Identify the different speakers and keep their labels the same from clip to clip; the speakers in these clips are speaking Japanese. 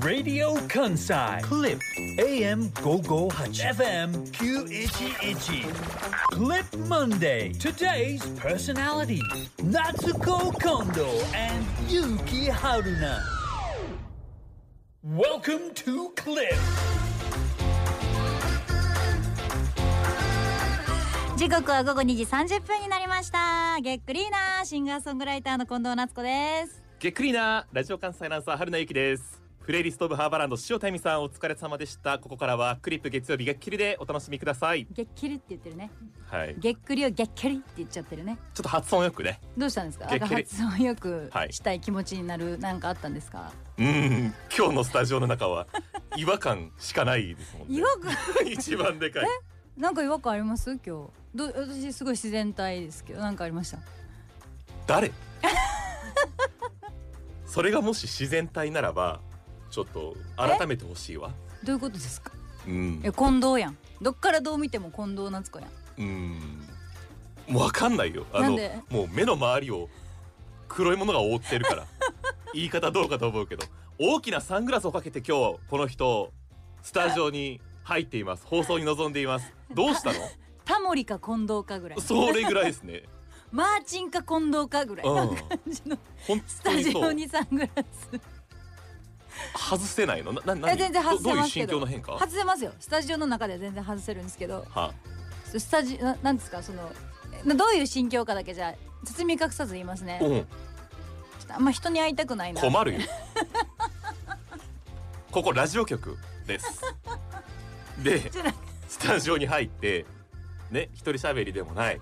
Speaker 1: Radio Kansai Clip AM 558 FM 911 Clip Monday Today's personality Natsuko Kondo and Yuki Haruna Welcome to Clip
Speaker 2: 時刻は午後2時30分になりましたげっくりーなシンガーソングライターの近藤夏子です
Speaker 3: げっくりなラジオ関西アナウンサー春名ゆきですプレイリストオブハーバーランド塩田由美さんお疲れ様でしたここからはクリップ月曜日がっきりでお楽しみください
Speaker 2: げっきりって言ってるね
Speaker 3: はいちょ
Speaker 2: げっくりをげっきりって言っちゃってるね
Speaker 3: っと発音よくね
Speaker 2: どうしたんですか
Speaker 3: げっきり
Speaker 2: 発音よく
Speaker 3: はい
Speaker 2: したい気持ちになるなんかあったんですか、
Speaker 3: うーん今日のスタジオの中は 違和感しかないですもんね
Speaker 2: 違和感
Speaker 3: 一番でかい
Speaker 2: なんか違和感あります今日ど私すごい自然体ですけどなんかありました
Speaker 3: 誰それがもし自然体ならばちょっと改めてほしいわ
Speaker 2: どういうことですか
Speaker 3: うん
Speaker 2: え近藤やんどっからどう見ても近藤夏子やん
Speaker 3: うんもうわかんないよあ
Speaker 2: なん
Speaker 3: の
Speaker 2: で
Speaker 3: もう目の周りを黒いものが覆ってるから 言い方どうかと思うけど大きなサングラスをかけて今日この人スタジオに入っています放送に臨んでいますどうしたの
Speaker 2: タモリか近藤かぐらい
Speaker 3: それぐらいですね
Speaker 2: マーチンか近藤かぐらい
Speaker 3: うん
Speaker 2: な感じの
Speaker 3: 本
Speaker 2: ス
Speaker 3: 当
Speaker 2: タ
Speaker 3: に
Speaker 2: ジ
Speaker 3: そ
Speaker 2: オ
Speaker 3: う
Speaker 2: にサングラス
Speaker 3: 外せないのなな
Speaker 2: え
Speaker 3: 何
Speaker 2: 全然外せ
Speaker 3: どどうい
Speaker 2: ま
Speaker 3: う
Speaker 2: すけど
Speaker 3: 心境の変化
Speaker 2: 外せますよスタジオの中では全然外せるんですけど
Speaker 3: は
Speaker 2: スタジななんですかそのえなどういう心境かだけじゃ包み隠さず言いますねちょ
Speaker 3: うん
Speaker 2: っとあんま人に会いたくないな
Speaker 3: 困るよここラジオ局ですで
Speaker 2: ちょっと
Speaker 3: スタジオに入ってね一人喋りでも ない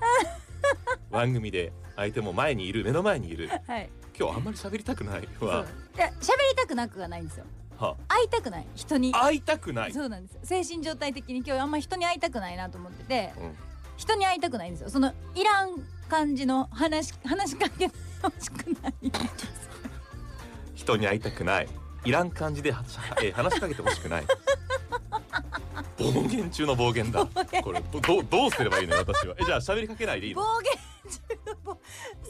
Speaker 3: 番組で相手も前にいる目の前にいる
Speaker 2: はい
Speaker 3: 今日あんまり喋りたくない
Speaker 2: そう
Speaker 3: わ、
Speaker 2: いや喋りたくなくはないんですよ
Speaker 3: は
Speaker 2: 会いたくない人に
Speaker 3: 会いたくない、
Speaker 2: そうなんですよ精神状態的に今日あんま人に会いたくないなと思ってて
Speaker 3: うん
Speaker 2: 人に会いたくないんですよそのいらん感じの話話しかけてほしくない
Speaker 3: 人に会いたくないいらん感じではしゃえー話しかけてほしくない暴言中の暴言だこれどどうどうすればいいのよ私はえじゃあ喋りかけないでいい
Speaker 2: 暴
Speaker 3: の
Speaker 2: 言中の暴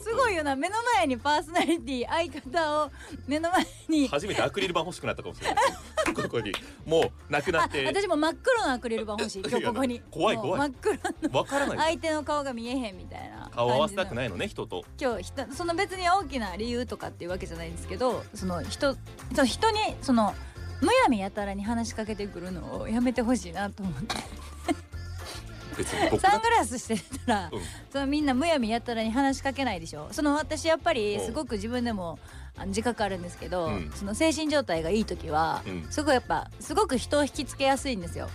Speaker 2: すごいよな目の前にパーソナリティ相方を目の前に
Speaker 3: 初めてアクリル板欲しくなったか もしれないここにもうなくな
Speaker 2: あ
Speaker 3: って
Speaker 2: 私も真っ黒のアクリル板欲しい今日ここに
Speaker 3: いや怖い怖い
Speaker 2: もう真っ黒の
Speaker 3: わからない
Speaker 2: 相手の顔が見えへんみたいな
Speaker 3: 顔合わせたく
Speaker 2: い
Speaker 3: ないのね人と
Speaker 2: 今日人その別に大きな理由とかっていうわけじゃないんですけどその人その人にそのむやみやたらに話しかけてくるのをやめてほしいなと思って
Speaker 3: 別に僕だ
Speaker 2: サ
Speaker 3: っ
Speaker 2: ングラスしてたら
Speaker 3: て、うん
Speaker 2: そのみんなむやみやたらに話しかけないでしょその私やっぱり
Speaker 3: うん
Speaker 2: すごく自分でもあの自覚あるんですけど、
Speaker 3: うん
Speaker 2: その精神状態がいい時は、
Speaker 3: うん
Speaker 2: すごいやっぱすごく人を引きつけやすいんですよ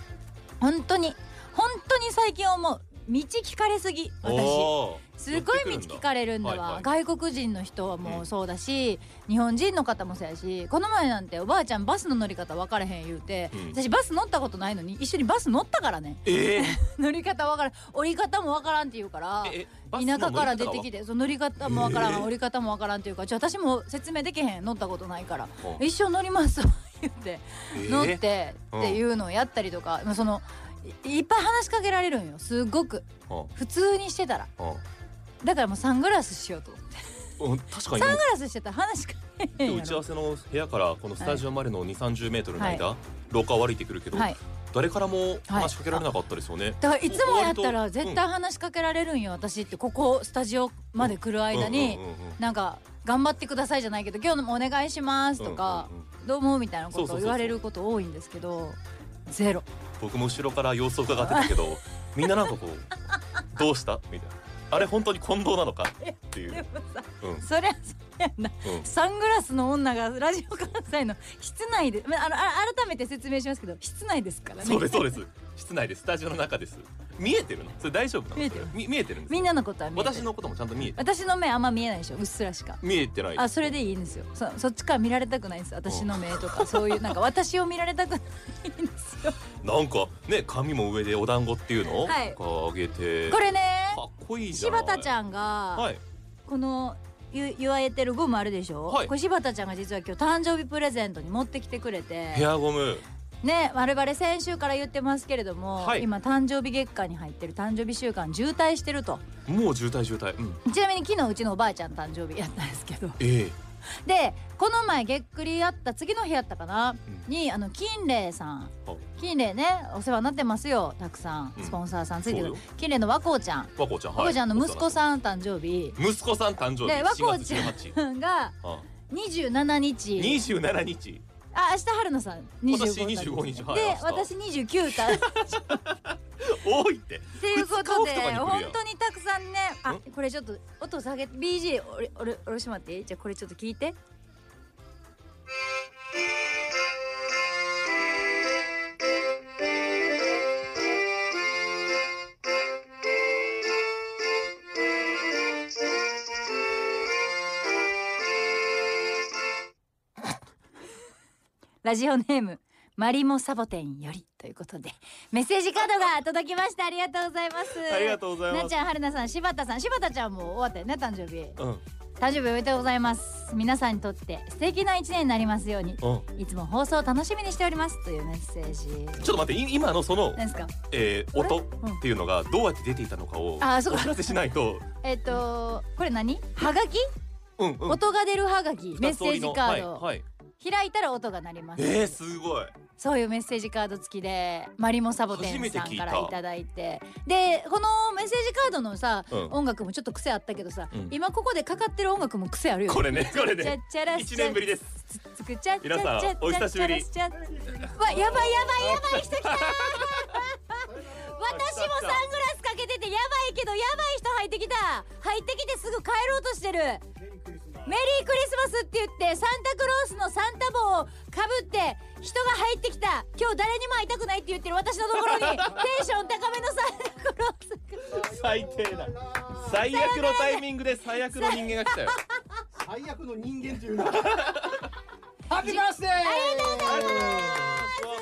Speaker 2: 本当に本当に最近思う道聞かれすぎ私
Speaker 3: おー
Speaker 2: すごい道聞かれるんだわ
Speaker 3: はいはい
Speaker 2: 外国人の人はもううんそうだし、日本人の方もそうやしこの前なんておばあちゃんバスの乗り方分からへん言うて、
Speaker 3: うん
Speaker 2: 私バス乗ったことないのに一緒にバス乗ったからね
Speaker 3: え
Speaker 2: 乗り方分からん降り方も分からんって言うから
Speaker 3: ー、えバスの
Speaker 2: 田舎から出てき
Speaker 3: て
Speaker 2: てその乗り方もわからん、
Speaker 3: えー
Speaker 2: 降り方もわからんというかじゃあ私も説明できへん乗ったことないから
Speaker 3: うん
Speaker 2: 一生乗りますわ言って、乗って
Speaker 3: うん
Speaker 2: っていうのをやったりとか、まあそのいいっぱい話しかけられるんよすごく普通にしてたらだからもうサングラスしようと思って
Speaker 3: うん確かに
Speaker 2: サングラスしてたら話しかけへん
Speaker 3: 今日打
Speaker 2: や
Speaker 3: ち合
Speaker 2: ろ
Speaker 3: わせの部屋からこのスタジオまでの2 3 0メートルの間、廊下を歩いてくるけど、
Speaker 2: はい
Speaker 3: 誰からも話しかけられなかったですよね、
Speaker 2: だからいつもやったら絶対話しかけられるんよ私ってここスタジオまで来る間に
Speaker 3: うんうんうんうん
Speaker 2: なんか頑張ってくださいじゃないけど今日もお願いしますとか、
Speaker 3: うんうんうん
Speaker 2: どうもみたいなこと
Speaker 3: そうそうそ
Speaker 2: を
Speaker 3: うそう
Speaker 2: 言われること多いんですけどゼロ
Speaker 3: 僕も後ろから様子を伺ってたけ どみんななんかこうどうしたみたいなあれ本当に近藤なのかっていう、うんうん、
Speaker 2: そりゃそうやんなサングラスの女がラジオ関西の室内でまああのあ改めて説明しますけど室内ですからね
Speaker 3: そうですそうです室内ですスタジオの中です見えてるのそれ大丈夫なの
Speaker 2: 見えてる
Speaker 3: それみ見えてるんです
Speaker 2: みんなのことは見えてる
Speaker 3: 私のこともちゃんと見えて
Speaker 2: 私の目あんま見えないでしょうっすらしか
Speaker 3: 見えてない
Speaker 2: あそれでいいんですよそそっちから見られたくないんです私の目と かそういうなんか私を見られたくないんですよ
Speaker 3: なんかね髪も上でお団子っていうのを
Speaker 2: はい
Speaker 3: 上げて、
Speaker 2: これね
Speaker 3: かっこいいじゃな
Speaker 2: 柴
Speaker 3: い
Speaker 2: 田ちゃんが
Speaker 3: はい
Speaker 2: このゆ言われてるゴムあるでしょ、
Speaker 3: はい
Speaker 2: これ柴田ちゃんが実は今日誕生日プレゼントに持ってきてくれて
Speaker 3: ヘアゴム
Speaker 2: ね我々先週から言ってますけれども、
Speaker 3: はい
Speaker 2: 今誕生日月間に入ってる誕生日週間渋滞してると
Speaker 3: もう渋滞渋滞うん
Speaker 2: ちなみに昨日うちのおばあちゃん誕生日やったんですけど
Speaker 3: ええ
Speaker 2: でこの前げっくりやった次の日やったかな、
Speaker 3: う
Speaker 2: にあの金麗さん
Speaker 3: はい
Speaker 2: 金麗ねお世話になってますよたくさん
Speaker 3: うん
Speaker 2: スポンサーさんついてく
Speaker 3: そ
Speaker 2: る
Speaker 3: うよ
Speaker 2: 金麗の和光ちゃん
Speaker 3: 和光ちゃん
Speaker 2: 和
Speaker 3: は
Speaker 2: 光
Speaker 3: い
Speaker 2: ちゃんの息子さん誕生日
Speaker 3: 息子さん誕生日
Speaker 2: で和光ちゃん
Speaker 3: 4月18
Speaker 2: が
Speaker 3: あ
Speaker 2: 27日
Speaker 3: 27日
Speaker 2: あ明日春野さん25
Speaker 3: 私25日はい
Speaker 2: で
Speaker 3: 明日
Speaker 2: 私29か
Speaker 3: 多いって
Speaker 2: っていうこ
Speaker 3: 二日オ
Speaker 2: と
Speaker 3: フ
Speaker 2: で
Speaker 3: とかに来るやん
Speaker 2: 本当にたくさんねあ
Speaker 3: ん
Speaker 2: これちょっと音下げて BG おれおれおろしてもらっていいじゃあこれちょっと聞いてラジオネームマリモサボテンよりということでメッセージカードが届きましたありがとうございます
Speaker 3: ありがとうござい
Speaker 2: な
Speaker 3: ま
Speaker 2: っち
Speaker 3: す
Speaker 2: ゃんはるなさん柴田さん柴田ちゃんも終わったよね誕生日
Speaker 3: うん
Speaker 2: 誕生日おめでとうございます皆さんにとって素敵な一年になりますように
Speaker 3: うん
Speaker 2: いつも放送を楽しみにしておりますというメッセージ
Speaker 3: ちょっと待ってい今のその、
Speaker 2: 何ですか
Speaker 3: えー、
Speaker 2: これ
Speaker 3: 音っていうのがどうやって出ていたのかを
Speaker 2: あ
Speaker 3: お
Speaker 2: ーそうか
Speaker 3: 知らせしないと
Speaker 2: えっ、とこれ何はがき、
Speaker 3: うんうん
Speaker 2: 音が出るはがきメッセージカード、
Speaker 3: はい、はい、
Speaker 2: 開いたら音が鳴ります
Speaker 3: えー、すごい
Speaker 2: そういうメッセージカード付きでマリモサボテンさんからいただいてでこのメッセージカードのさ、
Speaker 3: うん
Speaker 2: 音楽もちょっと癖あったけどさ、
Speaker 3: うん
Speaker 2: 今ここでかかってる音楽も癖あるよ
Speaker 3: これねこれ
Speaker 2: ちゃ
Speaker 3: ね
Speaker 2: ちゃら
Speaker 3: 一年ぶりです
Speaker 2: すつくちゃ
Speaker 3: 皆さん
Speaker 2: ちゃちゃ
Speaker 3: お久しぶり
Speaker 2: ちゃちゃちゃわやばいやばいやばい人来た私もサングラスかけててやばいけどやばい人入ってきた入ってきてすぐ帰ろうとしてるメリークリスマスって言ってサンタクロースのサンタ帽をかぶって人が入ってきた今日誰にも会いたくないって言ってる私のところにテンション高めのサンタクロース
Speaker 3: 最低だ最悪のタイミングで最悪の人間が来た よ
Speaker 4: 最悪の人間と いうのはハッピーバースデーありがとうござい
Speaker 2: ちょっ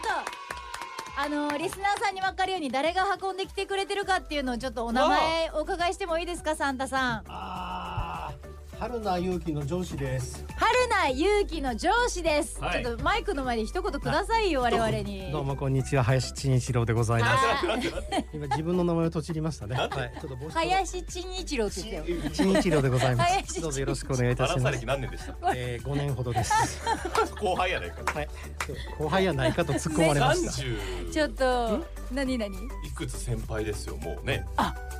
Speaker 2: とあのーリスナーさんに分かるように誰が運んできてくれてるかっていうのをちょっとお名前お伺いしてもいいですかサンタさん
Speaker 4: あー春名勇気の上司です
Speaker 2: 春名勇気の上司です、
Speaker 3: はい
Speaker 2: ちょっとマイクの前で一言くださいよ我々に
Speaker 4: どうもこんにちは林陳一郎でござい
Speaker 2: あ
Speaker 4: ます
Speaker 2: ー
Speaker 4: 今自分の名前をとちりましたねはいちょっと帽子を
Speaker 2: 林陳一郎って言ってよ
Speaker 4: 陳一郎でございま
Speaker 2: 林陳一
Speaker 4: す
Speaker 2: 郎
Speaker 4: どうぞよろしくお願いいた
Speaker 3: バ
Speaker 4: し
Speaker 3: ランサ
Speaker 4: ま
Speaker 3: 歴
Speaker 4: す
Speaker 3: 何年でした
Speaker 4: えー、5年ほどです
Speaker 3: 後輩やないか
Speaker 4: はいそう後輩やないかと突っ込まれましただ
Speaker 3: 30
Speaker 2: ちょっと何何
Speaker 3: いくつ先輩ですよもうね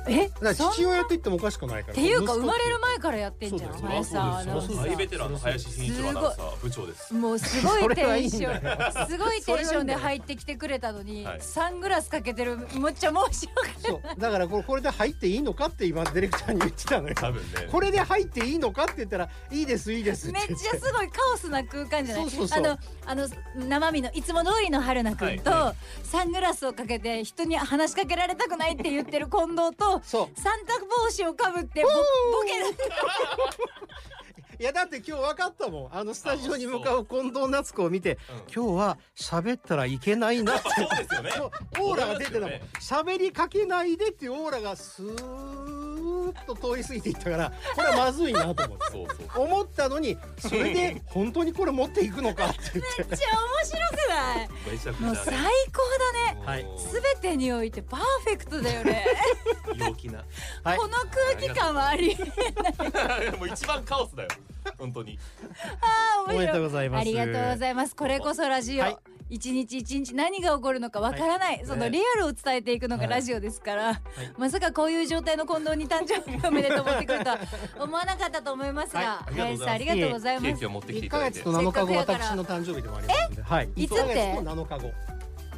Speaker 2: え
Speaker 4: から
Speaker 2: そんっ
Speaker 4: 父親と言ってもおかしくないから
Speaker 2: ていうか
Speaker 4: 息
Speaker 2: 生
Speaker 4: 子
Speaker 2: まれる前からやってんじゃん
Speaker 4: そうだよ
Speaker 2: 林さんア
Speaker 4: そ
Speaker 2: ナ
Speaker 4: り
Speaker 2: ウ
Speaker 4: ゃ
Speaker 2: ンサ
Speaker 4: そうだ
Speaker 3: 大
Speaker 4: よ
Speaker 3: ベ
Speaker 2: ー
Speaker 3: テランの林真一郎アナウンサー部長です
Speaker 2: もうすごい
Speaker 4: それ
Speaker 2: テ
Speaker 4: はい
Speaker 2: ン
Speaker 4: いんだ
Speaker 2: シ
Speaker 4: よ
Speaker 2: ョンすごいテンションで入ってきてくれたのに
Speaker 3: はい
Speaker 2: サングラスかけてるむっちゃ申し訳ない
Speaker 4: そうだからこれこれで入っていいのかって今ディレクターに言ってたのよ
Speaker 3: 多分ね
Speaker 4: これで入っていいのかって言ったらいいですいいですって
Speaker 2: めっち
Speaker 4: 言
Speaker 2: ゃ
Speaker 4: っ
Speaker 2: す
Speaker 4: て
Speaker 2: ごいカオスな空間じゃない
Speaker 4: そうそうそう
Speaker 2: あのあの生身のいつも通りの春菜くんと、
Speaker 3: は
Speaker 2: サングラスをかけて人に話しかけられたくないって言ってる近藤と
Speaker 4: そう
Speaker 2: サンタ帽子をかぶってボボケる
Speaker 4: いやだって今日分かったもんあのスタジオに向かう近藤夏子を見て今日は喋ったらいけないなって
Speaker 3: そうですよね
Speaker 4: そうオーラが出てたもん
Speaker 3: そうで
Speaker 4: 喋りかけないでっていうオーラがスーッと通り過ぎていったからこれはまずいなと思って
Speaker 3: そうそう
Speaker 4: 思ったのにそれで本当にこれ持っていくのかって言って
Speaker 2: めっちゃ面白く ない
Speaker 3: めちゃく
Speaker 2: もう
Speaker 3: ちゃ
Speaker 2: 最
Speaker 3: ね
Speaker 2: 高だね
Speaker 4: はい
Speaker 3: もう
Speaker 2: 全てにおいてパーフェクトだよね
Speaker 3: 陽気な
Speaker 4: はい
Speaker 2: この空気感はあり
Speaker 3: もう一番カオスだよ本当に
Speaker 2: あー
Speaker 4: おめ
Speaker 2: 面
Speaker 4: でとう
Speaker 2: 白
Speaker 4: ございます
Speaker 2: ありがとうございますこれこそラジオ、
Speaker 4: はい
Speaker 2: 一日一日何が起こるのかわからない、そのリアルを伝えていくのが
Speaker 4: はい
Speaker 2: ラジオですから、まさかこういう状態の近藤に誕生日おめでとう持ってくるとは思わなかったと思いますが、
Speaker 3: はい
Speaker 2: 林さんありがとうござい
Speaker 3: ケ
Speaker 2: ま
Speaker 3: ー
Speaker 2: す
Speaker 3: キを持ってきて
Speaker 4: 1
Speaker 3: いた
Speaker 4: ヶ
Speaker 3: だいて
Speaker 4: 月と7日
Speaker 2: せっ
Speaker 4: 後
Speaker 2: かくやから
Speaker 4: 私の誕生日でもありますのではい
Speaker 2: いつって
Speaker 4: 1ヶ月と7日後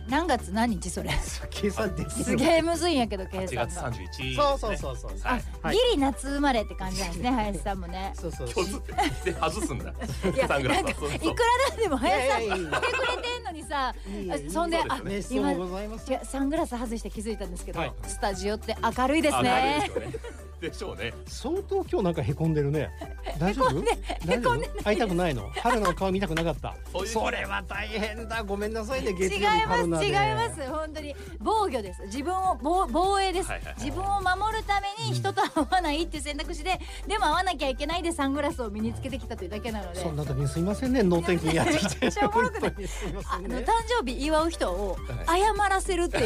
Speaker 2: 何月何日それ
Speaker 4: 計算でき
Speaker 2: す
Speaker 4: る
Speaker 2: げえむずいんやけど計
Speaker 3: 1
Speaker 2: 算が、
Speaker 3: 月31日
Speaker 4: そうそうそうそう
Speaker 3: はい
Speaker 4: はい
Speaker 2: ギリ夏生まれって感じなんですね林さんもね
Speaker 4: そうそう
Speaker 3: そうずで外すんだ
Speaker 2: いや
Speaker 3: サ
Speaker 2: な
Speaker 3: ン
Speaker 2: ん
Speaker 3: グ
Speaker 2: か
Speaker 3: ラス
Speaker 2: い
Speaker 3: は
Speaker 2: くら
Speaker 3: そうそう
Speaker 2: なんでも林さん
Speaker 4: い
Speaker 2: 来
Speaker 4: や
Speaker 2: て
Speaker 4: い
Speaker 2: く
Speaker 4: やいや
Speaker 2: れてんのにさ
Speaker 4: いやいや
Speaker 2: あそんで
Speaker 3: そうです
Speaker 2: あ
Speaker 3: よね
Speaker 4: メッソ
Speaker 2: 今
Speaker 4: もございます
Speaker 2: いやサングラス外して気づいたんですけど、
Speaker 4: はい
Speaker 2: スタジオって明るいです
Speaker 3: あ
Speaker 2: ね
Speaker 3: 明るいですよねでしょうね
Speaker 4: 相当今日なんかへこんでるね大丈夫大丈夫会いたくないの春の顔見たくなかった
Speaker 3: そういう
Speaker 4: それは大変だごめんなさいね
Speaker 2: 違
Speaker 4: 月
Speaker 2: い
Speaker 4: 曜日春
Speaker 2: ま
Speaker 4: 菜
Speaker 2: す
Speaker 4: で
Speaker 2: 違います本当に防御です自分を防防衛です、
Speaker 3: はいはいはい
Speaker 2: 自分を守るために人と会わないっていう選択肢で、でも会わなきゃいけないでサングラスを身につけてきたというだけなので
Speaker 4: そんな時にすいませんね能天気にやってきて
Speaker 2: めっちゃおもろくない
Speaker 4: 本当にすいま
Speaker 2: あ
Speaker 4: せん
Speaker 2: の
Speaker 4: ね
Speaker 2: 誕生日祝う人を謝らせるってい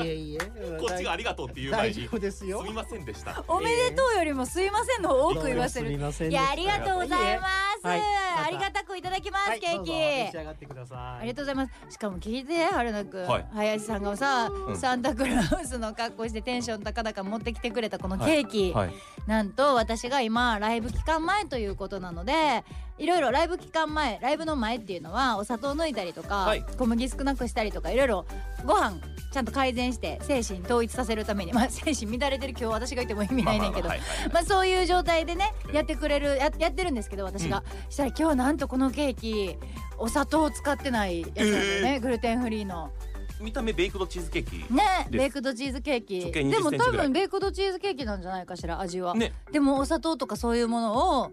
Speaker 2: う、
Speaker 4: いえいえ
Speaker 3: こっちがありがとうっていう前
Speaker 4: 大
Speaker 3: に
Speaker 4: 丈夫です
Speaker 3: す
Speaker 4: よ
Speaker 3: みませんでした
Speaker 2: おめでとうよりもすいませんの多く言わせ
Speaker 4: す
Speaker 2: る
Speaker 4: み。ません
Speaker 2: い
Speaker 4: でし
Speaker 2: や
Speaker 4: た
Speaker 2: ありがとうございます。
Speaker 4: はいまた
Speaker 2: ありがたくいただきます、
Speaker 4: はい
Speaker 2: ケー
Speaker 4: どう
Speaker 2: キ
Speaker 4: ぞ。召し上がってください
Speaker 2: ありがとうございます。しかも聞いて春菜くん、
Speaker 3: はい
Speaker 2: 林さんがさ、
Speaker 3: ん
Speaker 2: サンタクロースの格好してテンション高々持ってきてくれたこのケーキ、
Speaker 3: はい
Speaker 2: なんと私が今ライブ期間前ということなのでいろいろライブ期間前ライブの前っていうのはお砂糖抜いたりとか、
Speaker 3: はい
Speaker 2: 小麦少なくしたりとかいろいろご飯ちゃんと改善して精神統一させるためにまあ 精神乱れてる今日私がいても意味ないねんけど
Speaker 3: まあまあまあはいはい
Speaker 2: まあそういう状態でね
Speaker 3: うん
Speaker 2: やってくれるややってるんですけど私が、したら今日なんとこのケーキお砂糖を使ってないやつなんだよね、グルテンフリーの
Speaker 3: 見た目ベイクドチーズケーキ
Speaker 2: ね
Speaker 3: です
Speaker 2: ベイクドチーズケーキ
Speaker 3: 直径20
Speaker 2: でも
Speaker 3: センチ
Speaker 2: 多
Speaker 3: ぐらい
Speaker 2: 分ベイクドチーズケーキなんじゃないかしら味は、
Speaker 3: ね
Speaker 2: でもお砂糖とかそういうものを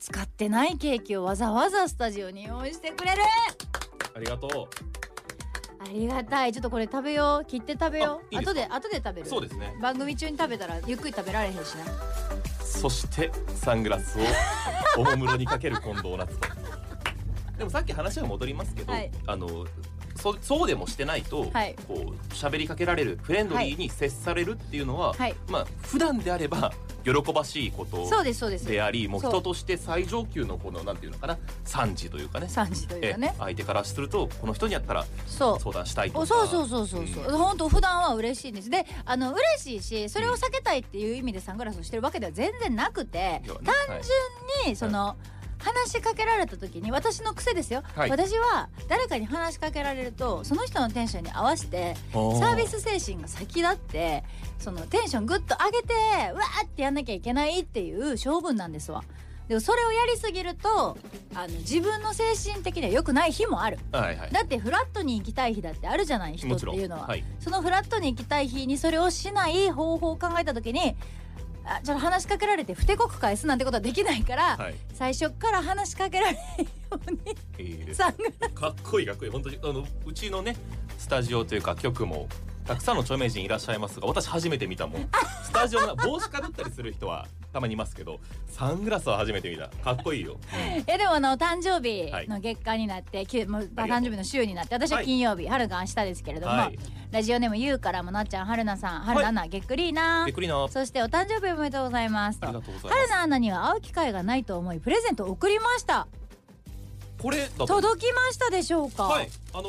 Speaker 2: 使ってないケーキをわざわざスタジオに用意してくれる
Speaker 3: ありがと
Speaker 2: ありがたいちょっとこれ食べよう切って食べよう
Speaker 3: あいいです
Speaker 2: 後で後で食べ
Speaker 3: う
Speaker 2: る
Speaker 3: そうですね
Speaker 2: 番組中に食べたらゆっくり食べられへんしな
Speaker 3: そしてサングラスをおもむろにかける近藤夏子でもさっき話が戻りますけど、
Speaker 2: はい
Speaker 3: あのそそうでもしてないと、
Speaker 2: はい
Speaker 3: こう喋りかけられるフレンドリーに接されるっていうのは、
Speaker 2: はい
Speaker 3: まあ普段であれば喜ばしいこと
Speaker 2: そうですそうです
Speaker 3: でありもう
Speaker 2: そう
Speaker 3: 人として最上級のこのなんていうのかな賛辞というかね
Speaker 2: 3時というか
Speaker 3: え
Speaker 2: ね
Speaker 3: 相手からするとこの人にやったら
Speaker 2: そう
Speaker 3: 相談したいと
Speaker 2: お
Speaker 3: か
Speaker 2: そうそうそうそうそう、本当普段は嬉しいんですであの嬉しいしそれを避けたいっていう意味でサングラスをしてるわけでは全然なくて
Speaker 3: ではね
Speaker 2: 単純にその、話しかけられた時に私の癖ですよ、
Speaker 3: はい
Speaker 2: 私は誰かに話しかけられるとその人のテンションに合わせて
Speaker 3: サ
Speaker 2: サービス精神が先立ってそのテンショングッと上げてわーってやんなきゃいけないっていう性分なんですわでもそれをやりすぎるとあの自分の精神的には良くない日もある
Speaker 3: はいはい
Speaker 2: だってフラットに行きたい日だってあるじゃない人
Speaker 3: も
Speaker 2: っ
Speaker 3: ち
Speaker 2: て
Speaker 3: ろん
Speaker 2: いうのは、
Speaker 3: はい
Speaker 2: そのフラットに行きたい日にそれをしない方法を考えた時にあちょっと話しかけられて不手こく返すなんてことはできないから、
Speaker 3: はい
Speaker 2: 最初から話しかけられないように
Speaker 3: いいです
Speaker 2: サングラ
Speaker 3: かっこいいかっこいい本当にあのうちのねスタジオというか局もたくさんの著名人いらっしゃいますが私初めて見た もんスタジオの帽子かぶったりする人はたまにいますけどサングラスは初めて見たかっこいいよ、
Speaker 2: スいやでもあの誕生日
Speaker 3: はい
Speaker 2: の月間になって、きゅもう
Speaker 3: ありがとう
Speaker 2: 誕生日の週になって私は金曜日、春が明日ですけれども、
Speaker 3: はい
Speaker 2: ラジオネームゆうからもなっちゃん春菜さん春菜アナ、げっくりーな
Speaker 3: でクリナあ
Speaker 2: そしてお誕生日おめでとうございますと
Speaker 3: りがとうございま
Speaker 2: 春
Speaker 3: す
Speaker 2: 菜アナには会う機会がないと思いプレゼントを送りました
Speaker 3: これだと
Speaker 2: 届きましたでしょうか、
Speaker 3: はいあのー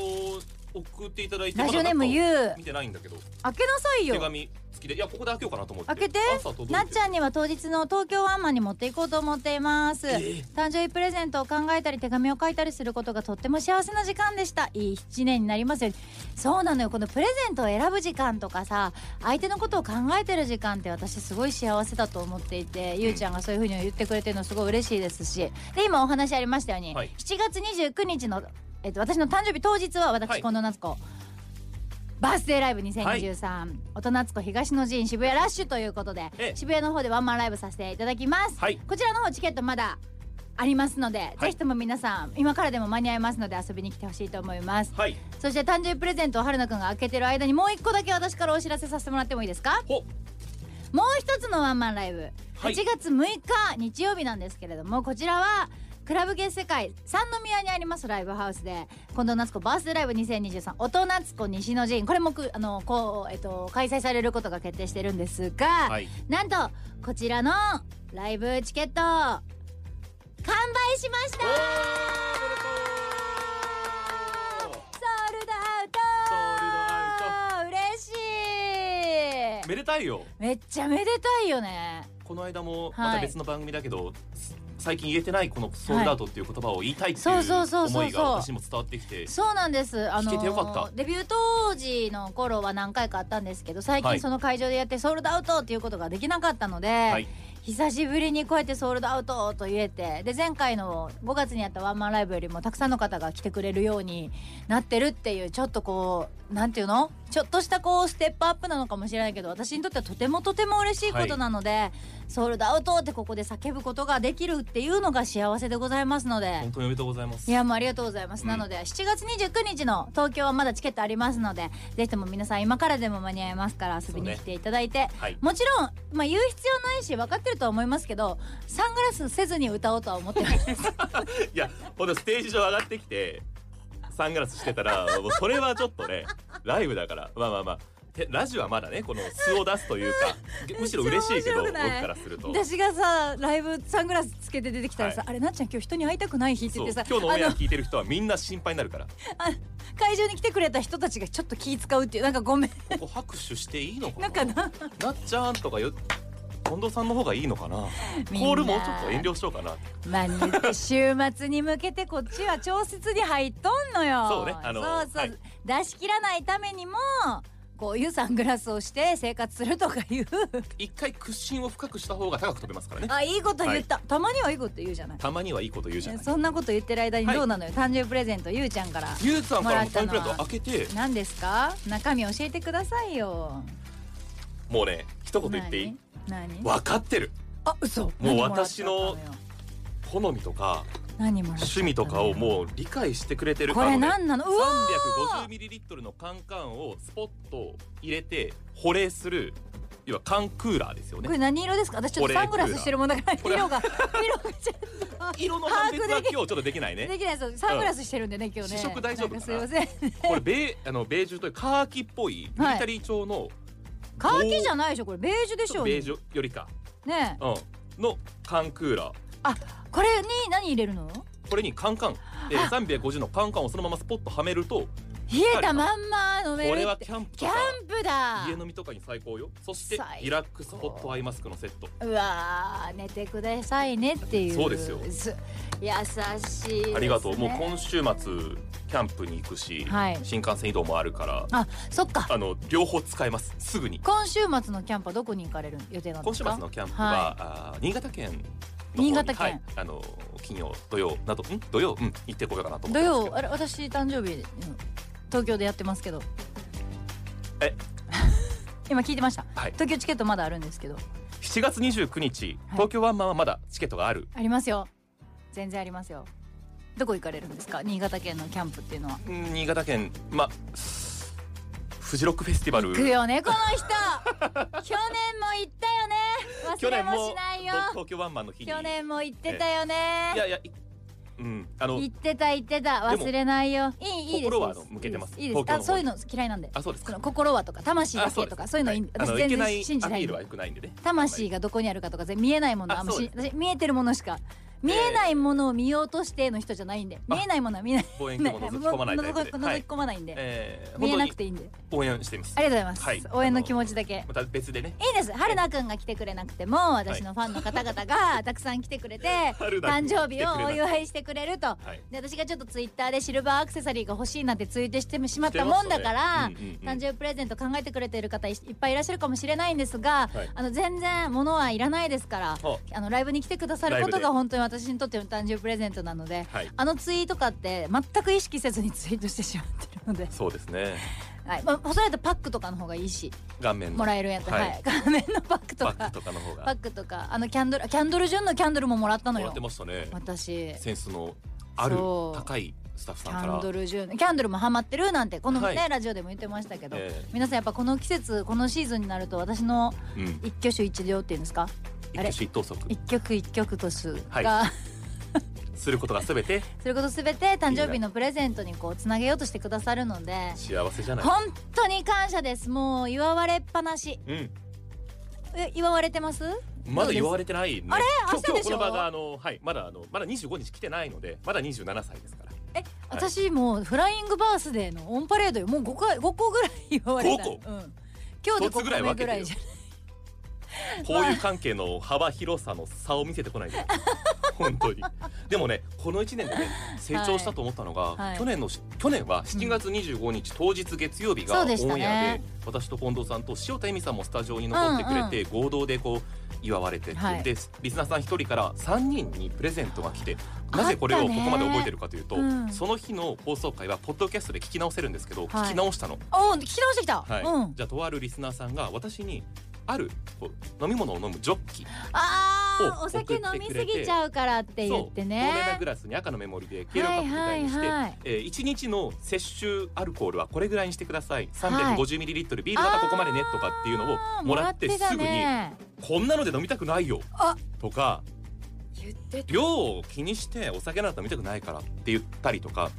Speaker 3: 送っていただいて
Speaker 2: ラジオネームゆ
Speaker 3: う
Speaker 2: う
Speaker 3: 見てないんだけど
Speaker 2: 開けなさい
Speaker 3: 手
Speaker 2: よ
Speaker 3: 紙付きでいやここで開けようかなと思って
Speaker 2: 開けて
Speaker 3: 朝届いて
Speaker 2: なっちゃんには当日の東京ワンマンに持っていこうと思っています、
Speaker 3: えー
Speaker 2: 誕生日プレゼントを考えたり手紙を書いたりすることがとっても幸せな時間でしたいい一年になりますようにそうなのよこのプレゼントを選ぶ時間とかさ相手のことを考えてる時間って私すごい幸せだと思っていて、ゆうちゃんがそういうふうに言ってくれてるのすごい嬉しいですしで今お話ありましたように、
Speaker 3: はい
Speaker 2: 7月29日の、えっと、私の誕生日当日は私、
Speaker 3: はい
Speaker 2: 近藤夏子バースデーライブ2023、
Speaker 3: はい
Speaker 2: 大人つこ東の陣渋谷ラッシュということで
Speaker 3: ええ
Speaker 2: 渋谷の方でワンマンライブさせていただきます、
Speaker 3: はい
Speaker 2: こちらの方チケットまだありますので、ぜひとも皆さん今からでも間に合いますので遊びに来てほしいと思います
Speaker 3: はい
Speaker 2: そして誕生日プレゼントを春菜くんが開けてる間にもう一個だけ私からお知らせさせてもらってもいいですか
Speaker 3: ほ
Speaker 2: もう一つのワンマンライブ
Speaker 3: は
Speaker 2: 8
Speaker 3: い
Speaker 2: 月6日日曜日なんですけれどもこちらはクラブゲー世界三宮にありますライブハウスで近藤夏子バースデーライブ2023音夏子西の陣これもくあのこう、えっと、開催されることが決定してるんですが、
Speaker 3: はい
Speaker 2: なんとこちらのライブチケット完売しましたソールド
Speaker 3: ソ
Speaker 2: アウト嬉しい
Speaker 3: めでたいよ
Speaker 2: めっちゃめでたいよね
Speaker 3: この間も
Speaker 2: はい
Speaker 3: また別の番組だけど、す最近言えてないこのソールアウトっていう言葉を言いたいってい
Speaker 2: そうそうそううそ
Speaker 3: 思
Speaker 2: う
Speaker 3: いが私にも伝わってきて
Speaker 2: そうなんですあの
Speaker 3: 聞けてよかった
Speaker 2: デビュー当時の頃は何回かあったんですけど最
Speaker 3: は
Speaker 2: 近
Speaker 3: い
Speaker 2: その会場でやってソールドアウトっていうことができなかったので、
Speaker 3: はい
Speaker 2: 久しぶりにこうやってソールドアウトと言えてで前回の5月にやったワンマンライブよりもたくさんの方が来てくれるようになってるっていうちょっとこうなんていうのちょっとしたこうステップアップなのかもしれないけど私にとってはとてもとても嬉しいことなので、ソールドアウトってここで叫ぶことができるっていうのが幸せでございますので。
Speaker 3: 本当におめでとうございます
Speaker 2: いやもうありがとうございます、なので7月29日の東京はまだチケットありますのでぜひとも皆さん今からでも間に合いますから遊びに来ていただいて、
Speaker 3: はい
Speaker 2: もちろん、まあ、言う必要ないし分かってるとは思いますけどサングラスせずに歌おうとは思ってない
Speaker 3: いやほんとステージ上上がってき てサングラスしてたらもうそれはちょっとねライブだからまあまあまあてラジオはまだねこの素を出すとい うかむしろ嬉しいけど
Speaker 2: めっちゃ面白く
Speaker 3: 僕
Speaker 2: ない
Speaker 3: からすると
Speaker 2: 私がさライブサングラスつけて出てきたらさ、
Speaker 3: は
Speaker 2: あれなっちゃん今日人に会いたくない日って言
Speaker 3: そ
Speaker 2: っ
Speaker 3: う
Speaker 2: てさ
Speaker 3: 今日のオンエ
Speaker 2: あ
Speaker 3: ア
Speaker 2: の
Speaker 3: 聞いてる人はみんな心配になるから
Speaker 2: あ会場に来てくれた人たちがちょっと気使うっていうなんかごめん
Speaker 3: ここ拍手していいのかな
Speaker 2: なんかな
Speaker 3: なっちゃんとかよ近藤さんの方がいいのかな
Speaker 2: みんな
Speaker 3: コールもうちょっと遠慮しようかな
Speaker 2: まあ言って週末に向けてこっちは調節に入っとんのよ
Speaker 3: そうねあの
Speaker 2: そうそう
Speaker 3: はい
Speaker 2: 出し切らないためにもこういうサングラスをして生活するとかいう
Speaker 3: 一回屈伸を深くした方が高く飛べますから ね
Speaker 2: あいいこと言った、たまにはいいこと言うじゃない
Speaker 3: たまにはいいこと言うじゃない
Speaker 2: そんなこと言ってる間に
Speaker 3: はい
Speaker 2: どうなのよ、誕生日プレゼントゆうちゃんから
Speaker 3: ゆうさんか
Speaker 2: もらっ
Speaker 3: らの
Speaker 2: た
Speaker 3: タイ
Speaker 2: の
Speaker 3: ムプレートを開けて
Speaker 2: 何ですか中身教えてくださいよ
Speaker 3: もうね一言言っていい
Speaker 2: 何何
Speaker 3: 分かってる
Speaker 2: あ嘘
Speaker 3: もう
Speaker 2: 何もらった
Speaker 3: 私の
Speaker 2: よ
Speaker 3: 好みとか
Speaker 2: 何もらった
Speaker 3: 趣味とかをもう理解してくれてる
Speaker 2: こ
Speaker 3: あ
Speaker 2: れ
Speaker 3: のね
Speaker 2: 何なのうわー
Speaker 3: 350ml のカンカンをスポッと入れて保冷する要は缶クーラーですよ
Speaker 2: これ
Speaker 3: ね
Speaker 2: 何色ですか私ちょっとサングラスしてるもんだから
Speaker 3: これ
Speaker 2: 色が色がちょっと
Speaker 3: 色の判別は
Speaker 2: 把
Speaker 3: 今
Speaker 2: 握
Speaker 3: 日ちょっとできない
Speaker 2: で
Speaker 3: ね
Speaker 2: きないですサングラスしてるんでね今日ね
Speaker 3: 試食大丈夫か
Speaker 2: ん
Speaker 3: な
Speaker 2: すいません
Speaker 3: これベーあのベージュというカーキっぽいミリタリー調の
Speaker 2: カーキじゃないでしょこれベージュで
Speaker 3: ち
Speaker 2: し
Speaker 3: ょ
Speaker 2: ょ
Speaker 3: っと
Speaker 2: う
Speaker 3: ベ
Speaker 2: ね
Speaker 3: ージュよりか、
Speaker 2: ねえ
Speaker 3: うん、の缶クーラー
Speaker 2: あこれに何入れるの
Speaker 3: これにカンカン、えー、350のカンカンをそのままスポッとはめるとこ
Speaker 2: 冷えたまんま飲め
Speaker 3: れ
Speaker 2: る
Speaker 3: は
Speaker 2: って
Speaker 3: キャンプ
Speaker 2: キ
Speaker 3: と
Speaker 2: ャ
Speaker 3: か
Speaker 2: ンプだ
Speaker 3: 家飲みとかに最高よそして
Speaker 2: 最高
Speaker 3: リラックスホットアイマスクのセット
Speaker 2: うわー寝てくださいねっていう
Speaker 3: そうですよ
Speaker 2: す優しいですね
Speaker 3: ありがとうもう今週末キャンプに行くし、
Speaker 2: はい
Speaker 3: 新幹線移動もあるから
Speaker 2: あそっか
Speaker 3: あの両方使えますすぐに
Speaker 2: 今週末のキャンプはどこに行かれる予定なんで
Speaker 3: 今
Speaker 2: す
Speaker 3: 週
Speaker 2: か
Speaker 3: 末のキャンプは、
Speaker 2: は
Speaker 3: あー新潟県の方に
Speaker 2: 新潟県
Speaker 3: はい、あの金曜土曜などん土曜うん行ってこようかなと思
Speaker 2: 土
Speaker 3: ってますけ
Speaker 2: 曜
Speaker 3: ど
Speaker 2: あれ私誕生日うん東京でやってますけど
Speaker 3: え
Speaker 2: 今聞いてました、
Speaker 3: はい
Speaker 2: 東京チケットまだあるんですけど
Speaker 3: 7月29日
Speaker 2: はい
Speaker 3: 東京ワンマンはまだチケットがある、
Speaker 2: ありますよ全然ありますよどこ行かれるんですか新潟県のキャンプっていうのは
Speaker 3: うん新潟県まあフジロックフェスティバル
Speaker 2: 行くよねこの人去年も行った
Speaker 3: 去
Speaker 2: よね忘れ
Speaker 3: 年も
Speaker 2: もしないよ
Speaker 3: 東京ワンマンの日に
Speaker 2: 去年も行ってたよね
Speaker 3: いやいやいうんあの
Speaker 2: 行ってた行ってた忘れないよいいいいです
Speaker 3: 心はい
Speaker 2: いです
Speaker 3: あの向けてます
Speaker 2: いいです
Speaker 3: 東京の方
Speaker 2: あそういうの嫌いなんで
Speaker 3: あそうです
Speaker 2: そ
Speaker 3: か
Speaker 2: の心はとか魂だけとかそういうのいいんで
Speaker 3: あ
Speaker 2: 私
Speaker 3: のい
Speaker 2: 全
Speaker 3: けない
Speaker 2: 然信じ
Speaker 3: アピ
Speaker 2: ない
Speaker 3: ー
Speaker 2: ん
Speaker 3: ルは
Speaker 2: で
Speaker 3: 良くないんでね
Speaker 2: 魂がどこにあるかとか全然見えないものは
Speaker 3: あ
Speaker 2: あんま
Speaker 3: そう
Speaker 2: し
Speaker 3: で
Speaker 2: 私見えてるものしか見えないものを見ようとしての人じゃないんで
Speaker 3: あ
Speaker 2: 見えないものは見ない
Speaker 3: 望遠
Speaker 2: ね
Speaker 3: 鏡を覗き込まないタイプで、は
Speaker 2: 覗
Speaker 3: い
Speaker 2: き込まないんで
Speaker 3: えー
Speaker 2: 見えな
Speaker 3: 本
Speaker 2: く
Speaker 3: 当
Speaker 2: て
Speaker 3: に
Speaker 2: いいんで
Speaker 3: 応援しています
Speaker 2: ありがとうござ
Speaker 3: はいい
Speaker 2: ます応援の気持ちだけ
Speaker 3: また別でね
Speaker 2: いいです春菜くんが来てくれなくても私のファンの方々がたくさん来てくれて
Speaker 3: 春菜く
Speaker 2: 誕
Speaker 3: んが来てくれなくて
Speaker 2: 生日をお祝いしてくれると
Speaker 3: はい
Speaker 2: で私がちょっとツイッターでシルバーアクセサリーが欲しいなんてツイートしてしまったもんだから、
Speaker 3: してますねうんうんうん
Speaker 2: 誕生日プレゼント考えてくれてる方いいっぱいいらっしゃるかもしれないんですが、
Speaker 3: はい
Speaker 2: あの全然物はいらないですから
Speaker 3: あ
Speaker 2: あのライブに来てくださること
Speaker 3: ライブで
Speaker 2: が本当に私にとっての誕生日プレゼントなので、
Speaker 3: はい
Speaker 2: あのツイートかって全く意識せずにツイートしてしまってるので、
Speaker 3: そうですね
Speaker 2: はいまあ、それだとパックとかの方がいいし
Speaker 3: 顔面の
Speaker 2: もらえるやつ、
Speaker 3: は
Speaker 2: はいい、画面のパックと
Speaker 3: バ
Speaker 2: か
Speaker 3: ッグとかの方が
Speaker 2: パックとかあのキャンドルキャンドル順のキャンドルももらったの
Speaker 3: もら
Speaker 2: よ
Speaker 3: ってましたね
Speaker 2: 私
Speaker 3: センスのある
Speaker 2: そう
Speaker 3: 高いスタッフ
Speaker 2: キ
Speaker 3: さんか
Speaker 2: ャン
Speaker 3: ら
Speaker 2: ドルジューンキャンドルもハマってるなんてこのね、
Speaker 3: はい
Speaker 2: ラジオでも言ってましたけど、
Speaker 3: ええ
Speaker 2: 皆さんやっぱこの季節このシーズンになると私の
Speaker 3: うん
Speaker 2: 一挙手一両っていうんですか
Speaker 3: 一
Speaker 2: あれ
Speaker 3: 挙手一投足
Speaker 2: 一曲一曲とす
Speaker 3: はい
Speaker 2: が、
Speaker 3: することがすべて
Speaker 2: それこそ全て誕生日のプレゼントにこうつなげようとしてくださるので
Speaker 3: 幸せじゃない
Speaker 2: 本当に感謝ですもう祝われっぱなし
Speaker 3: うん
Speaker 2: え祝われてます
Speaker 3: まだ言わ
Speaker 2: れ
Speaker 3: れてないね
Speaker 2: あれ
Speaker 3: 今日
Speaker 2: 明日で
Speaker 3: 今日
Speaker 2: しょ
Speaker 3: この場があのはいまだあのまだ25日来てないのでまだ27歳ですから
Speaker 2: え私もうフライングバースデーのオンパレードよもう5回五個ぐらい祝われた
Speaker 3: 五個
Speaker 2: うん、今日で5個
Speaker 3: 一つぐらい分
Speaker 2: 目
Speaker 3: けて
Speaker 2: ぐ
Speaker 3: よ
Speaker 2: らいじゃ
Speaker 3: 交友関係の幅広さの差を見せて こないで本当にでもねこの1年でね成長したと思ったのが、
Speaker 2: はい
Speaker 3: 去年のし去年は7月25日当日月曜日が
Speaker 2: そ
Speaker 3: オ
Speaker 2: う
Speaker 3: ンエ
Speaker 2: で
Speaker 3: アで,、
Speaker 2: したね
Speaker 3: 私と近藤さんと塩田恵美さんもスタジオに残ってくれて、合同でこう祝われてて、
Speaker 2: はい
Speaker 3: でリスナーさん1人から3人にプレゼントが来てなぜこれをここまで覚えてるかというと、
Speaker 2: あったねうん
Speaker 3: その日の放送回はポッドキャストで聞き直せるんですけ
Speaker 2: は
Speaker 3: ど、
Speaker 2: い
Speaker 3: 聞き直したの。
Speaker 2: おお聞き直してきた、
Speaker 3: はい
Speaker 2: うん
Speaker 3: じゃあとあるリスナーさんが私にあるこう飲み物を飲むジョッキ
Speaker 2: ああ
Speaker 3: を
Speaker 2: お酒飲
Speaker 3: 送って
Speaker 2: み
Speaker 3: く
Speaker 2: す
Speaker 3: れて
Speaker 2: ぎちゃうからって言って
Speaker 3: そう透明な
Speaker 2: ね
Speaker 3: グラスに赤のメモリで計量カップみたいにして、
Speaker 2: はいはいはい
Speaker 3: えー1日の摂取アルコールはこれぐらいにしてください 350ml ビールだとここまでねとかっていうのを
Speaker 2: あー
Speaker 3: もらって
Speaker 2: もた
Speaker 3: すぐに
Speaker 2: ね
Speaker 3: こんなので飲みたくないよ
Speaker 2: あ
Speaker 3: とか
Speaker 2: 言ってた
Speaker 3: 量を気にしてお酒なんか飲みたくないからって言ったりとか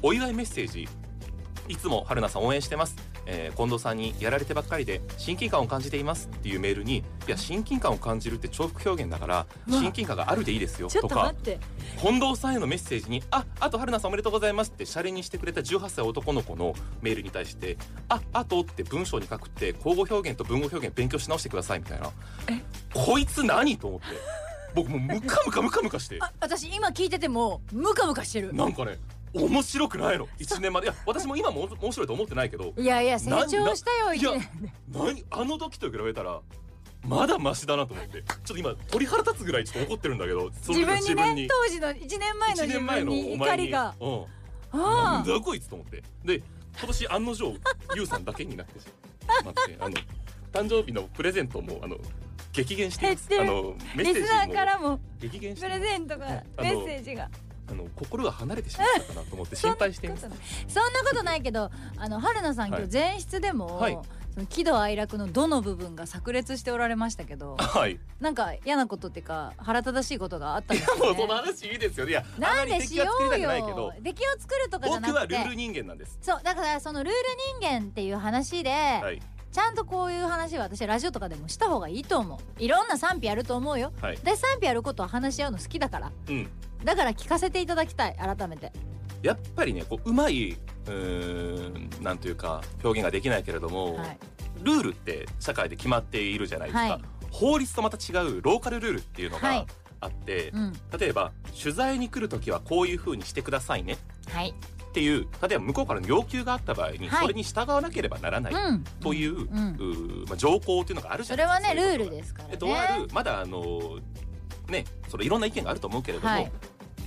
Speaker 3: お祝いメッセージいつも春菜さん応援してます、えー近藤さんにやられてばっかりで親近感を感じていますっていうメールにいや親近感を感じるって重複表現だから
Speaker 2: まあ
Speaker 3: 親近感があるでいいですよ
Speaker 2: ちょ
Speaker 3: と
Speaker 2: っと待
Speaker 3: か
Speaker 2: って
Speaker 3: 近藤さんへのメッセージにああと春菜さんおめでとうございますってシャレにしてくれた18歳男の子のメールに対してああとって文章に書くって交互表現と文語表現勉強し直してくださいみたいなこいつ何と思って僕もうムカムカムカムカして
Speaker 2: あ私今聞いててもムカムカしてる
Speaker 3: なんかね面白くないの1年までいや私も今も面白いと思ってないけど
Speaker 2: いやいや成長したよ
Speaker 3: いや
Speaker 2: 一年
Speaker 3: 何あの時と比べたらまだマシだなと思ってちょっと今鳥肌立つぐらいちょっと怒ってるんだけどその
Speaker 2: 自
Speaker 3: 時の
Speaker 2: 分にね当時の一年前の
Speaker 3: 1
Speaker 2: 自
Speaker 3: 年前
Speaker 2: 分
Speaker 3: の
Speaker 2: に
Speaker 3: お
Speaker 2: 怒
Speaker 3: 前
Speaker 2: り
Speaker 3: に、
Speaker 2: が
Speaker 3: うん、な
Speaker 2: あ
Speaker 3: んだこいつと思ってで今年案の定ゆうさんだけになってしまってあの誕生日のプレゼントもあの激減しています
Speaker 2: 減
Speaker 3: あ
Speaker 2: ってる
Speaker 3: の
Speaker 2: あ
Speaker 3: メッ
Speaker 2: リ
Speaker 3: セ
Speaker 2: スナ
Speaker 3: ージ
Speaker 2: ー
Speaker 3: も
Speaker 2: からも
Speaker 3: 激減し
Speaker 2: プ
Speaker 3: て
Speaker 2: レ
Speaker 3: います
Speaker 2: ゼントが
Speaker 3: あの
Speaker 2: メッセージが
Speaker 3: あの心が離れてしまったかなと思って心配しています
Speaker 2: そんなことないけどあの春菜さん今
Speaker 3: は
Speaker 2: 日
Speaker 3: い
Speaker 2: 前室でも、
Speaker 3: はい
Speaker 2: その喜怒哀楽のどの部分が炸裂しておられましたけど
Speaker 3: はい
Speaker 2: なんか嫌なことっていうか腹立たしいことがあったんです
Speaker 3: も
Speaker 2: よ
Speaker 3: うその
Speaker 2: ね
Speaker 3: 話いいですよねいやあ
Speaker 2: な
Speaker 3: ま
Speaker 2: ん
Speaker 3: り
Speaker 2: で
Speaker 3: 敵
Speaker 2: しよ
Speaker 3: は作りた
Speaker 2: う
Speaker 3: くないけど
Speaker 2: よ敵を作るとかじゃな
Speaker 3: 僕は
Speaker 2: く
Speaker 3: ルール
Speaker 2: て
Speaker 3: 人間なんです
Speaker 2: そうだからそのルール人間っていう話で、
Speaker 3: はい
Speaker 2: ちゃんとこういう話は私ラジオとかでもした方がいいと思ういろんな賛否あると思うよ
Speaker 3: はい
Speaker 2: 私賛否あることは話し合うの好きだから
Speaker 3: うん
Speaker 2: だから聞かせていただきたい改めて
Speaker 3: やっぱりねこううまいうーんなんというか表現ができないけれども、
Speaker 2: はい
Speaker 3: ルールって社会で決まっているじゃないですか、
Speaker 2: はい
Speaker 3: 法律とまた違うローカルルールっていうの
Speaker 2: はい
Speaker 3: があって、
Speaker 2: うん
Speaker 3: 例えば取材に来る時はこういう風にしてくださいね
Speaker 2: はい
Speaker 3: っていう例えば向こうからの要求があった場合に
Speaker 2: はい
Speaker 3: それに従わなければならない、
Speaker 2: うん
Speaker 3: という,
Speaker 2: う
Speaker 3: う
Speaker 2: ん
Speaker 3: ー、まあ、条項というのがあるじ
Speaker 2: そ
Speaker 3: ゃな
Speaker 2: れ
Speaker 3: いです
Speaker 2: は
Speaker 3: か。
Speaker 2: ねルールですからね
Speaker 3: そういうことがでとあるまだあのーねそれいろんな意見があると思うけれども、
Speaker 2: はい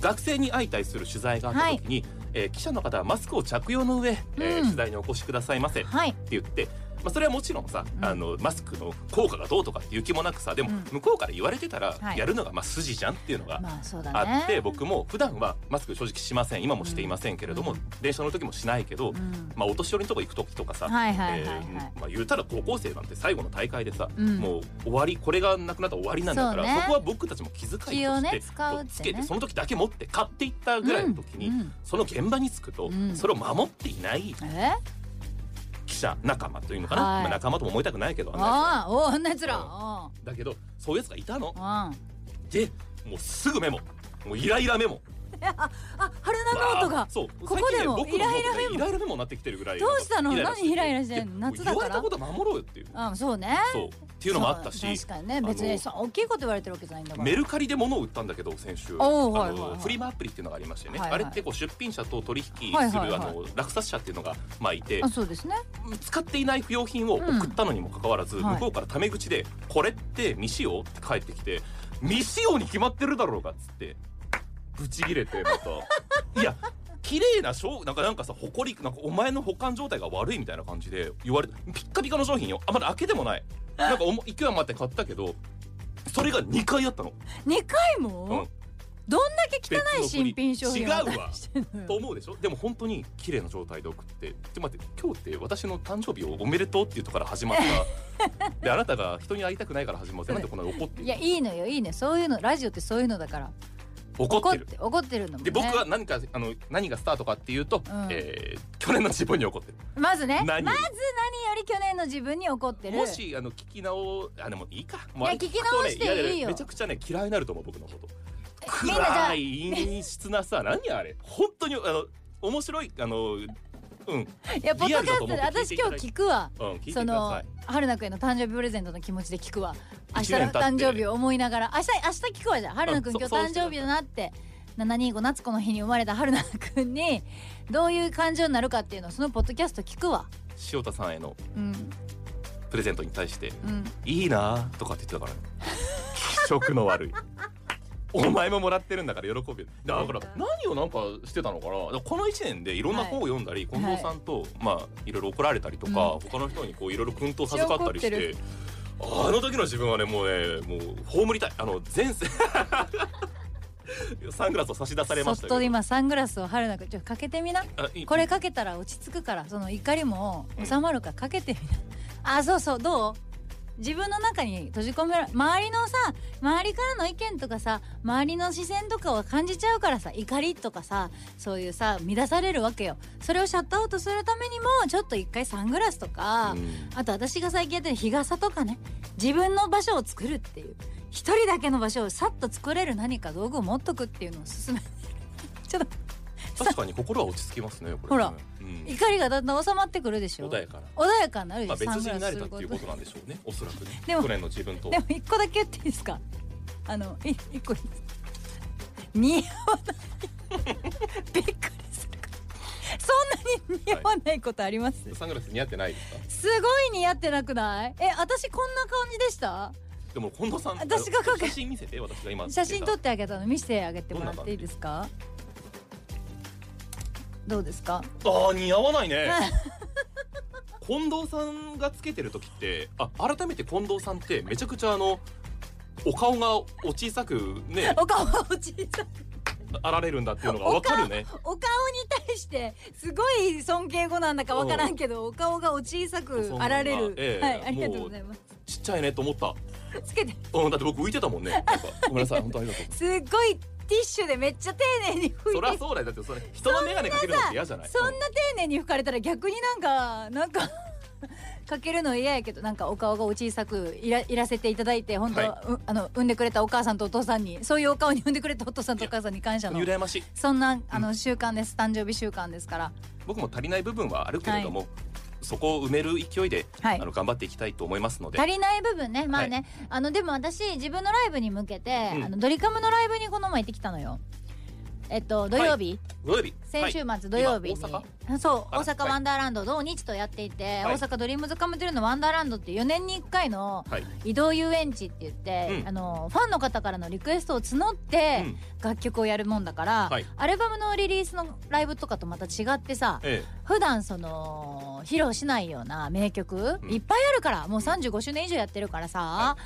Speaker 3: 学生に相対する取材があった時に、えー記者の方はマスクを着用の上、えー
Speaker 2: うん
Speaker 3: 取材にお越しくださいませって
Speaker 2: はい
Speaker 3: 言って。まあ、それはもちろんさ、
Speaker 2: うん
Speaker 3: あのマスクの効果がどうとかっていう気もなくさでも
Speaker 2: うん
Speaker 3: 向こうから言われてたら
Speaker 2: はい
Speaker 3: やるのがまあ筋じゃんっていうのが
Speaker 2: まあそうだ
Speaker 3: あ
Speaker 2: ね
Speaker 3: って、僕も普段はマスク正直しません今もしていませんけれども、
Speaker 2: うん
Speaker 3: 電車の時もしないけど、
Speaker 2: うん
Speaker 3: まあ、お年寄りのとこ行く時とかさ、
Speaker 2: はいはいはい
Speaker 3: え
Speaker 2: はい
Speaker 3: ーまあ、言うたら高校生なんて最後の大会でさ、
Speaker 2: うん
Speaker 3: もう終わりこれがなくなったら終わりなんだから
Speaker 2: そ
Speaker 3: そ,、
Speaker 2: うね
Speaker 3: こは僕たちも気遣いとして
Speaker 2: 気をね
Speaker 3: こう
Speaker 2: 使うってね
Speaker 3: つけてその時だけ持って買っていったぐらいの時に、
Speaker 2: うんうん
Speaker 3: その現場に着くと、
Speaker 2: うん
Speaker 3: それを守っていない
Speaker 2: え
Speaker 3: 記者仲間というのかな、
Speaker 2: はい
Speaker 3: まあ、仲間とも思いたくないけどあんなや
Speaker 2: あ
Speaker 3: つは
Speaker 2: あおあんなやつら
Speaker 3: うん
Speaker 2: あ
Speaker 3: だけどそういうやつがいたの
Speaker 2: あうん
Speaker 3: でもうすぐメモもうイライラメモ
Speaker 2: あ春菜ノート
Speaker 3: わ
Speaker 2: が
Speaker 3: あそう
Speaker 2: ここでも
Speaker 3: 最近ね僕のノート
Speaker 2: イラ
Speaker 3: ね
Speaker 2: イラメモ
Speaker 3: イライラメモになってきてるぐらい
Speaker 2: どうしたの何イライラして
Speaker 3: る
Speaker 2: んの夏だから
Speaker 3: 言われたこと守ろうよっていう
Speaker 2: うんそうね
Speaker 3: そうっていうのもあったし
Speaker 2: そう確かにね別
Speaker 3: あ
Speaker 2: に
Speaker 3: の
Speaker 2: そう大きいこと言われてるわけじゃないんだから
Speaker 3: メルカリで物を売ったんだけど先週あ
Speaker 2: おーはいはいは
Speaker 3: の
Speaker 2: い
Speaker 3: フリマアプリっていうのがありましてね、
Speaker 2: はいはい
Speaker 3: あれってこう出品者と取引する、
Speaker 2: はいはいはい
Speaker 3: あの落札者っていうのがまあいて
Speaker 2: あそうですね
Speaker 3: 使っていない不用品を送ったのにもかかわらず、
Speaker 2: うんはい
Speaker 3: 向こうからタメ口で「これって未使用?」って返ってきて「未使用に決まってるだろうか」っつってブチ切れてま たいや綺麗な商なんかなんかさ埃なんかお前の保管状態が悪いみたいな感じで言われてピッカピカの商品よあまだ開けてもないなんかおも勢い余って買ったけどそれが2回あったの、
Speaker 2: 二回
Speaker 3: う
Speaker 2: も
Speaker 3: ん、
Speaker 2: どんだけ汚い新品商品を
Speaker 3: 別の国違うわ
Speaker 2: 渡してんのよ
Speaker 3: と思うでしょでも本当に綺麗な状態で送って「ちょっと待って今日って私の誕生日をおめでとう」っていうところから始まっ たであなたが人に会いたくないから始まってなんでこんなに怒っ て
Speaker 2: い
Speaker 3: い
Speaker 2: や
Speaker 3: る
Speaker 2: いいのよいいねそういうのラジオってそういうのだから
Speaker 3: 怒ってる
Speaker 2: て怒ってるのもね
Speaker 3: で僕は何かあの何がスタートかっていうと、
Speaker 2: うん
Speaker 3: えー去年の自分に怒ってる
Speaker 2: まずねまず
Speaker 3: 何
Speaker 2: 何より去年の自分に怒ってる
Speaker 3: もしあの聞き直あでもいいかも
Speaker 2: いや
Speaker 3: うあれくと
Speaker 2: 聞き直していいよ
Speaker 3: ねややめちゃくちゃね嫌いになると思う僕のこと
Speaker 2: みんなじゃあ
Speaker 3: 暗い陰湿なさ何あれ本当にあの面白いあのうん
Speaker 2: いやポッドキャストで
Speaker 3: リアルだと思って聞
Speaker 2: 私
Speaker 3: いてい
Speaker 2: 今
Speaker 3: ただいて
Speaker 2: 日聞くわ
Speaker 3: うん聞いて
Speaker 2: そ
Speaker 3: くだ
Speaker 2: の
Speaker 3: さい
Speaker 2: 春菜くんへの誕生日プレゼントの気持ちで聞くわ明日
Speaker 3: 一年
Speaker 2: の
Speaker 3: 経って
Speaker 2: 誕生日を思いながら明日明日聞くわじゃん春菜くん
Speaker 3: そ
Speaker 2: 今日
Speaker 3: そう
Speaker 2: 誕
Speaker 3: して
Speaker 2: 生日だなって725夏子の日に生まれた春菜くんにどういう感情になるかっていうのをそのポッドキャスト聞くわ
Speaker 3: 塩田さんへの
Speaker 2: うん
Speaker 3: プレゼントに対して
Speaker 2: うん
Speaker 3: 「いいな」とかって言ってたからね 気色の悪いお前ももらってるんだから喜べるだから何をなんかしてたのかなだからこの1年でいろんな本を読んだり、近藤さんと、まあ、いろいろ怒られたりとか、
Speaker 2: うん
Speaker 3: 他の人にこういろいろ薫陶授かったりし
Speaker 2: めって
Speaker 3: あの時の自分はねもうねもう葬りたいあの前世 サングラスを差し出され
Speaker 2: そ
Speaker 3: ま
Speaker 2: っ
Speaker 3: した
Speaker 2: と
Speaker 3: けど
Speaker 2: 今サングラスを春菜くんちょっとかけてみな
Speaker 3: あいい
Speaker 2: これかけたら落ち着くからその怒りも収まるからかけてみな、あそうそうどう自分の中に閉じ込めら周りのさ周りからの意見とかさ周りの視線とかを感じちゃうからさ怒りとかさそういうさ乱されるわけよそれをシャットアウトするためにもちょっと一回サングラスとか、
Speaker 3: うん
Speaker 2: あと私が最近やってる日傘とかね自分の場所を作るっていう一人だけの場所をさっと作れる何か道具を持っとくっていうのを勧め ちょっと
Speaker 3: 確かに心は落ち着きますねこれね
Speaker 2: ほら
Speaker 3: うん
Speaker 2: 怒りがだんだん収まってくるでしょ
Speaker 3: 穏やかな
Speaker 2: 穏やかになるでしょ
Speaker 3: まあ、別人
Speaker 2: サン
Speaker 3: に
Speaker 2: グラ
Speaker 3: な
Speaker 2: ス
Speaker 3: れ
Speaker 2: する
Speaker 3: たっていうことなんでしょうねおそらくね
Speaker 2: でも
Speaker 3: 去年の自分と
Speaker 2: でも一個だけ言っていいですかあのい一個いいです似合わないびっくりするそんなに似合わないことあります、
Speaker 3: サングラス似合ってないですか
Speaker 2: すごい似合ってなくないえ私こんな感じでした
Speaker 3: でも近藤さん
Speaker 2: 私がかけ
Speaker 3: 写真見せて私が今
Speaker 2: 写真撮
Speaker 3: っ
Speaker 2: ってあげたの見せてあげてもらっていいですかどうですか
Speaker 3: あー似合わないね 近藤さんがつけてる時ってあ改めて近藤さんってめちゃくちゃあのお顔がお小さく ね
Speaker 2: お顔を小さ
Speaker 3: あられるんだっていうのがわかるね
Speaker 2: お顔に対してすごい尊敬語なんだかわからんけどお顔がお小さくあられる、
Speaker 3: ええ
Speaker 2: はいありがとうございます
Speaker 3: ちっちゃいねと思った
Speaker 2: つけて
Speaker 3: うんだって僕浮いてたもんねなんかごめんなさい本当ありが とう
Speaker 2: すっごいティッシュでめっちゃ丁寧に拭
Speaker 3: そりゃ
Speaker 2: いて
Speaker 3: そうだよだってそれ人の眼鏡かけるのって嫌じゃない
Speaker 2: そんな丁寧に拭かれたら逆になんかなんか かけるの嫌やけどなんかお顔がお小さくいらいらせていただいて本当、
Speaker 3: は
Speaker 2: うあの産んでくれたお母さんとお父さんにそういうお顔に産んでくれたお父さんとお母さんに感謝
Speaker 3: うん
Speaker 2: の
Speaker 3: 羨ましい
Speaker 2: そんなあの習慣です誕生日習慣ですから
Speaker 3: 僕も足りない部分はあるけれども、そこを埋める勢いで、
Speaker 2: はい
Speaker 3: あの頑張っていきたいと思いますので
Speaker 2: 足りない部分ねまあね、あのでも私自分のライブに向けて、
Speaker 3: うん
Speaker 2: あのドリカムのライブにこの前行ってきたのよえっと土曜日、
Speaker 3: 土曜日
Speaker 2: 先週末土曜日に、
Speaker 3: 今大
Speaker 2: そう
Speaker 3: あ
Speaker 2: 大
Speaker 3: ら
Speaker 2: 阪
Speaker 3: はい
Speaker 2: ワンダーランド土日とやっていて、
Speaker 3: はい
Speaker 2: 大阪ドリームズカムトゥルーのワンダーランドっていう4年に1回の
Speaker 3: はい、
Speaker 2: 移動遊園地って言って、
Speaker 3: うん
Speaker 2: あのファンの方からのリクエストを募って
Speaker 3: うん
Speaker 2: 楽曲をやるもんだから、
Speaker 3: はい
Speaker 2: アルバムのリリースのライブとかとまた違ってさ
Speaker 3: え
Speaker 2: 普段その披露しないような名曲、
Speaker 3: うん
Speaker 2: いっぱいあるからもう35周年以上やってるからさ、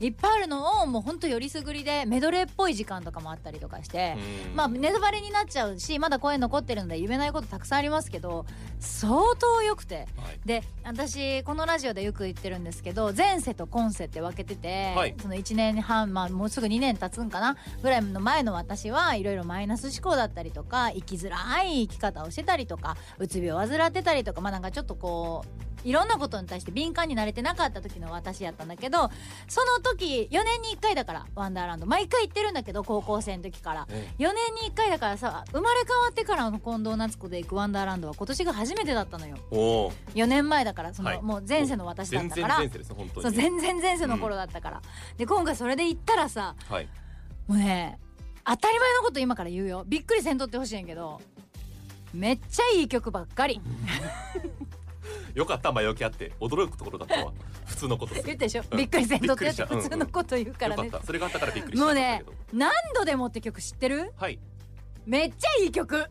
Speaker 2: い、っぱいあるのをもうほんとよりすぐりでメドレーっぽい時間とかもあったりとかして。
Speaker 3: えうん
Speaker 2: まあネタバレになっちゃうしまだ声残ってるので言えないことたくさんありますけど相当良くて
Speaker 3: はい
Speaker 2: で私このラジオでよく言ってるんですけど前世と今世って分けてて、
Speaker 3: はい
Speaker 2: その1年半、まあ、もうすぐ2年経つんかなぐらいの前の私はいろいろマイナス思考だったりとか生きづらい生き方をしてたりとかうつ病を患ってたりとかまあなんかちょっとこういろんなことに対して敏感になれてなかった時の私やったんだけどその時4年に1回だからワンダーランド毎回行ってるんだけど高校生の時から。
Speaker 3: ええ
Speaker 2: 4年に1回だからさ生まれ変わってからの近藤夏子で行くワンダーランドは今年が初めてだったのよ
Speaker 3: おお
Speaker 2: 4年前だからその、
Speaker 3: はい
Speaker 2: もう前世の私だっ
Speaker 3: 全
Speaker 2: たか
Speaker 3: 然
Speaker 2: ら
Speaker 3: 前世ですね本当
Speaker 2: そう
Speaker 3: にね
Speaker 2: 全然前世の頃だったから、で今回それで行ったらさ
Speaker 3: はい
Speaker 2: もうね当たり前のこと今から言うよびっくりせんとってほしいんやけどめっちゃいい曲ばっかり
Speaker 3: よかった前置きあって驚くところだ ったわ普通のことです
Speaker 2: 言っ
Speaker 3: よ
Speaker 2: たでしょ、
Speaker 3: うん
Speaker 2: びっくりせんとってって
Speaker 3: びっくりしたうんうん
Speaker 2: 普通のこと言うから
Speaker 3: か
Speaker 2: ね、
Speaker 3: ったそれがあったからびっくりした
Speaker 2: もうん
Speaker 3: だ
Speaker 2: ね
Speaker 3: けど
Speaker 2: 何度でもって曲知ってる
Speaker 3: はい
Speaker 2: めっちゃいい 曲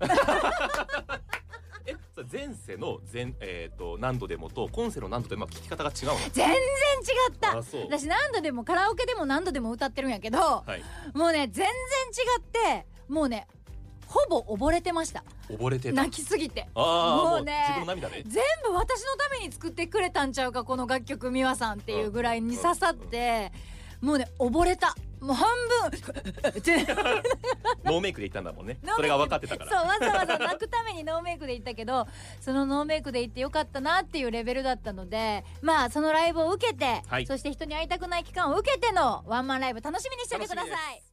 Speaker 3: えそれ前世の前えっ、と何度でもと今世の何度でも聞き方が違うの
Speaker 2: 全然違った
Speaker 3: あそう
Speaker 2: 私何度でもカラオケでも何度でも歌ってるんやけど、
Speaker 3: はい
Speaker 2: もうね全然違ってもうねほぼ溺れてました
Speaker 3: 溺れてた
Speaker 2: 泣きすぎて
Speaker 3: ああ
Speaker 2: も
Speaker 3: も
Speaker 2: う
Speaker 3: う
Speaker 2: ね
Speaker 3: 自分の涙ね
Speaker 2: 全部私のために作ってくれたんちゃうかこの楽曲美和さんっていうぐらいに刺さってもうね溺れたもう半分 って
Speaker 3: ノーメイクで言ったんだもんね
Speaker 2: ノーメイク
Speaker 3: それが分かってたか ら
Speaker 2: そうわざわざ泣くためにノーメイクで行ったけどそのノーメイクで行ってよかったなっていうレベルだったのでまあそのライブを受けて、
Speaker 3: はい
Speaker 2: そして人に会いたくない期間を受けてのワンマンライブ楽しみにしててくださ
Speaker 3: 楽しみ
Speaker 2: い
Speaker 3: です。